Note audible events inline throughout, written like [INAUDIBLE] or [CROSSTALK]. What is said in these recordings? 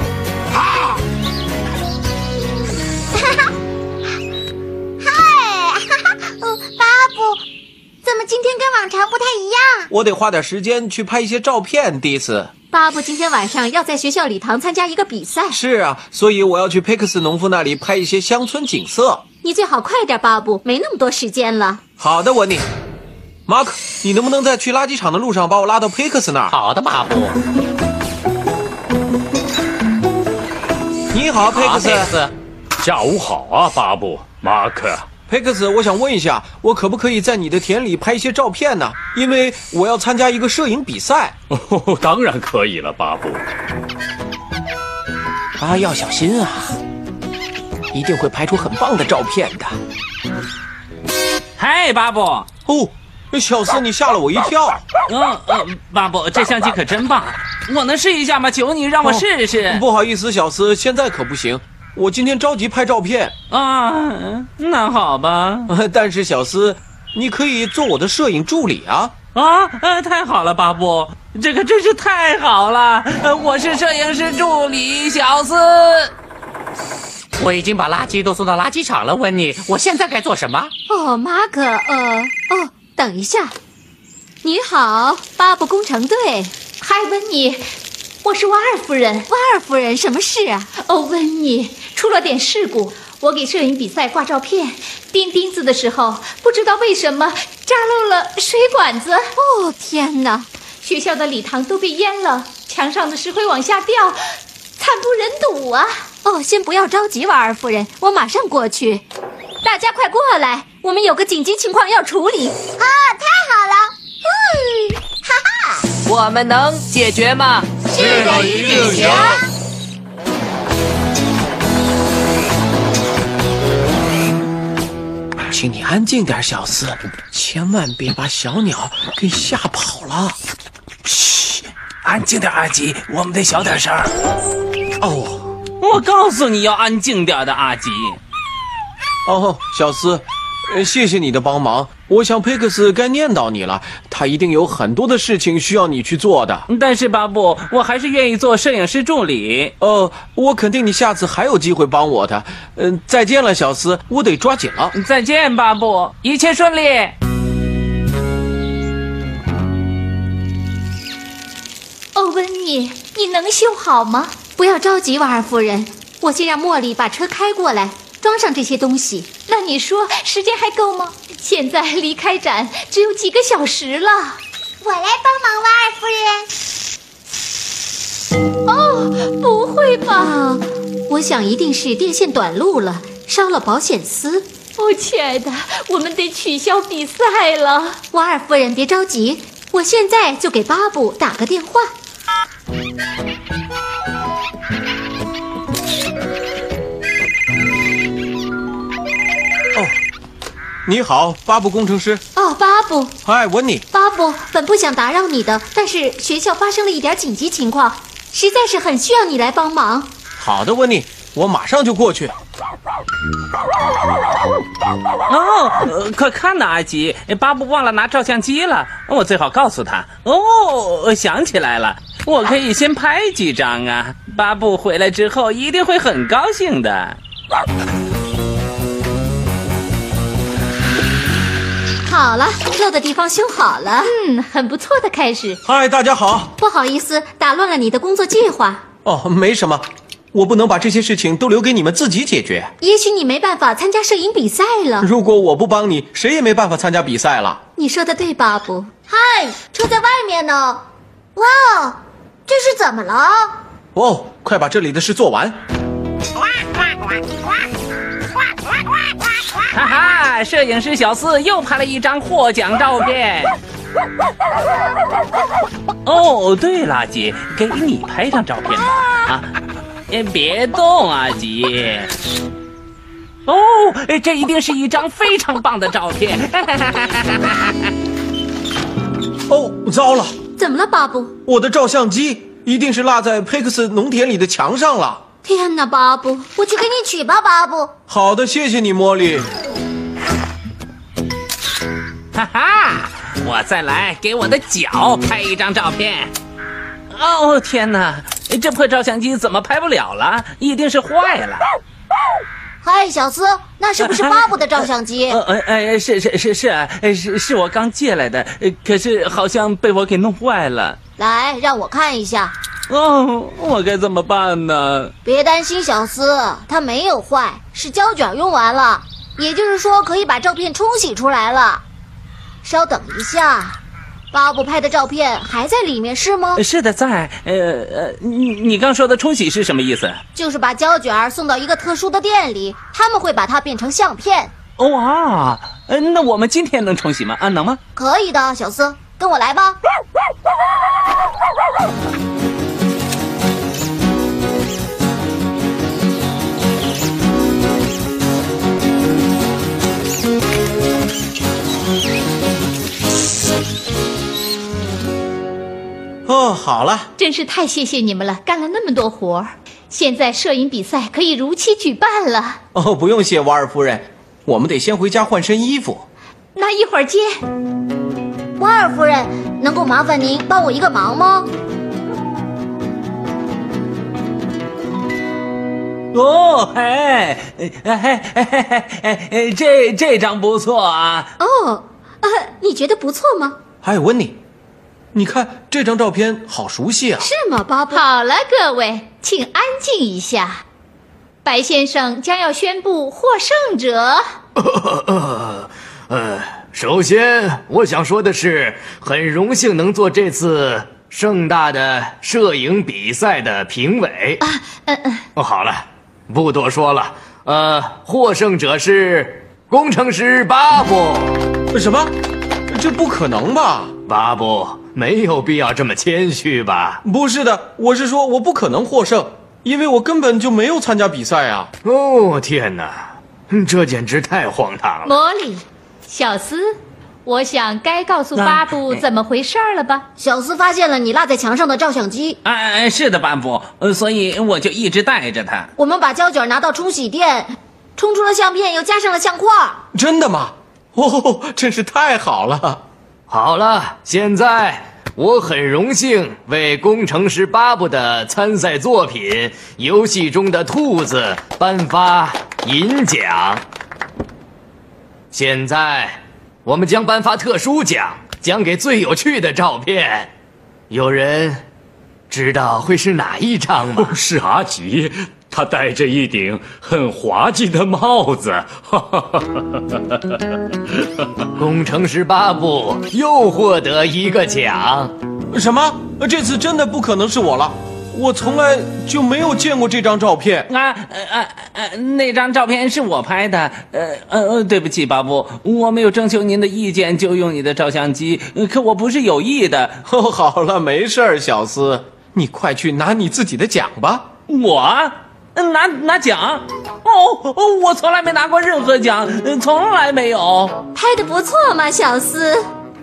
[LAUGHS] 哦，巴布，怎么今天跟往常不太一样？我得花点时间去拍一些照片。第一次巴布今天晚上要在学校礼堂参加一个比赛，是啊，所以我要去佩克斯农夫那里拍一些乡村景色。你最好快点，巴布，没那么多时间了。好的，文尼，马克，你能不能在去垃圾场的路上把我拉到佩克斯那儿？好的，巴布。你好，佩克斯。佩克斯，下午好啊，巴布，马克。佩克斯，我想问一下，我可不可以在你的田里拍一些照片呢？因为我要参加一个摄影比赛。哦，当然可以了，巴布。啊，要小心啊！一定会拍出很棒的照片的。嗨，巴布。哦，小四，你吓了我一跳。嗯呃，巴布，这相机可真棒，我能试一下吗？求你让我试试。不好意思，小斯，现在可不行。我今天着急拍照片，啊，那好吧。 [LAUGHS] 但是小斯，你可以做我的摄影助理啊。啊，呃，太好了，巴布，这个真是太好了。呃，我是摄影师助理小斯。我已经把垃圾都送到垃圾场了，温妮。我现在该做什么？哦，马可，呃，哦，等一下。你好，巴布工程队。嗨，温妮，我是瓦尔夫人。瓦尔夫人，什么事啊？哦，温妮，出了点事故。我给摄影比赛挂照片，钉钉子的时候，不知道为什么扎漏了水管子。哦，天哪！学校的礼堂都被淹了，墙上的石灰往下掉，惨不忍睹啊！哦，先不要着急，瓦尔夫人，我马上过去。大家快过来，我们有个紧急情况要处理。啊，太好了！嗯，哈哈，我们能解决吗？是的，一定行。请你安静点，小斯，千万别把小鸟给吓跑了。嘘，安静点，阿吉，我们得小点声。哦我告诉你要安静点的，阿吉。哦，小斯，呃谢谢你的帮忙。我想佩克斯该念叨你了，他一定有很多的事情需要你去做的。但是巴布，我还是愿意做摄影师助理。哦，我肯定你下次还有机会帮我的。嗯、再见了，小斯，我得抓紧了。再见，巴布，一切顺利。哦，温妮，你能修好吗？不要着急，瓦尔夫人，我先让茉莉把车开过来，装上这些东西。那你说时间还够吗？现在离开展只有几个小时了。我来帮忙，瓦尔夫人。哦，不会吧？啊我想一定是电线短路了，烧了保险丝。哦，亲爱的，我们得取消比赛了。瓦尔夫人，别着急，我现在就给巴布打个电话。你好，巴布工程师。哦，巴布，嗨，文尼。巴布，本不想打扰你的，但是学校发生了一点紧急情况，实在是很需要你来帮忙。好的，文尼，我马上就过去。哦，呃快看呐，阿吉，巴布忘了拿照相机了，我最好告诉他。哦，我想起来了，我可以先拍几张啊。巴布回来之后一定会很高兴的。好了，漏的地方修好了，嗯，很不错的开始。嗨，大家好。不好意思，打乱了你的工作计划。哦，没什么，我不能把这些事情都留给你们自己解决。也许你没办法参加摄影比赛了。如果我不帮你，谁也没办法参加比赛了。你说的对，巴布。嗨，车在外面呢。哇哦，这是怎么了？哦，快把这里的事做完。哈哈，摄影师小四又拍了一张获奖照片。哦，对了，阿吉，给你拍张照片吧。啊，哎别动，阿吉。哦，哎这一定是一张非常棒的照片。哦，糟了，怎么了，巴布？我的照相机一定是落在佩克斯农田里的墙上了。天哪，巴布，我去给你取吧，巴布。好的，谢谢你，茉莉。哈哈，我再来给我的脚拍一张照片。哦天哪，这破照相机怎么拍不了了？一定是坏了。嗨，小斯，那是不是巴布的照相机呃呃呃，是是是是啊，呃是是我刚借来的，呃可是好像被我给弄坏了。来，让我看一下。哦，我该怎么办呢？别担心，小斯，它没有坏，是胶卷用完了，也就是说可以把照片冲洗出来了。稍等一下，巴布拍的照片还在里面是吗？是的，在呃呃，你你刚说的冲洗是什么意思？就是把胶卷送到一个特殊的店里，他们会把它变成相片。哦哇，呃那我们今天能冲洗吗？啊，能吗？可以的，小斯，跟我来吧。哦，好了，真是太谢谢你们了，干了那么多活儿。现在摄影比赛可以如期举办了，哦，不用谢，瓦尔夫人，我们得先回家换身衣服。那一会儿见。瓦尔夫人，能够麻烦您帮我一个忙吗？哦，哎，哎哎哎哎哎哎，这这张不错啊！哦，呃，你觉得不错吗？哎，温妮，你看这张照片好熟悉啊！是吗，巴布？好了，各位，请安静一下。白先生将要宣布获胜者。呃，首先我想说的是，很荣幸能做这次盛大的摄影比赛的评委。啊，嗯嗯，哦，好了，不多说了。呃，获胜者是工程师巴布。什么？这不可能吧？巴布没有必要这么谦虚吧？不是的，我是说我不可能获胜，因为我根本就没有参加比赛啊！哦，天哪，嗯这简直太荒唐了！茉莉，小斯，我想该告诉巴布怎么回事儿了吧？小斯发现了你落在墙上的照相机，哎，是的，巴布，呃所以我就一直带着它。我们把胶卷拿到冲洗店，冲出了相片，又加上了相框。真的吗？哦，真是太好了！好了，现在我很荣幸为工程师巴布的参赛作品《游戏中的兔子》颁发银奖。现在，我们将颁发特殊奖，奖给最有趣的照片。有人知道会是哪一张 [LAUGHS] 吗？是阿吉，他戴着一顶很滑稽的帽子。哈哈哈工程师巴布又获得一个奖。什么？这次真的不可能是我了，我从来就没有见过这张照片。啊呃呃呃，那张照片是我拍的。呃呃呃，对不起，巴布，我没有征求您的意见就用你的照相机，呃可我不是有意的。哦，好了，没事儿，小斯，你快去拿你自己的奖吧。我呃拿拿奖？哦，哦我从来没拿过任何奖，呃从来没有。拍的不错嘛，小斯。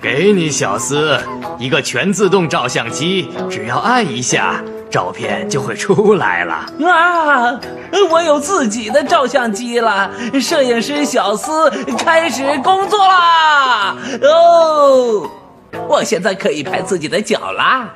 给你小斯一个全自动照相机，只要按一下，照片就会出来了。啊！我有自己的照相机了，摄影师小斯开始工作啦！哦，我现在可以拍自己的脚啦。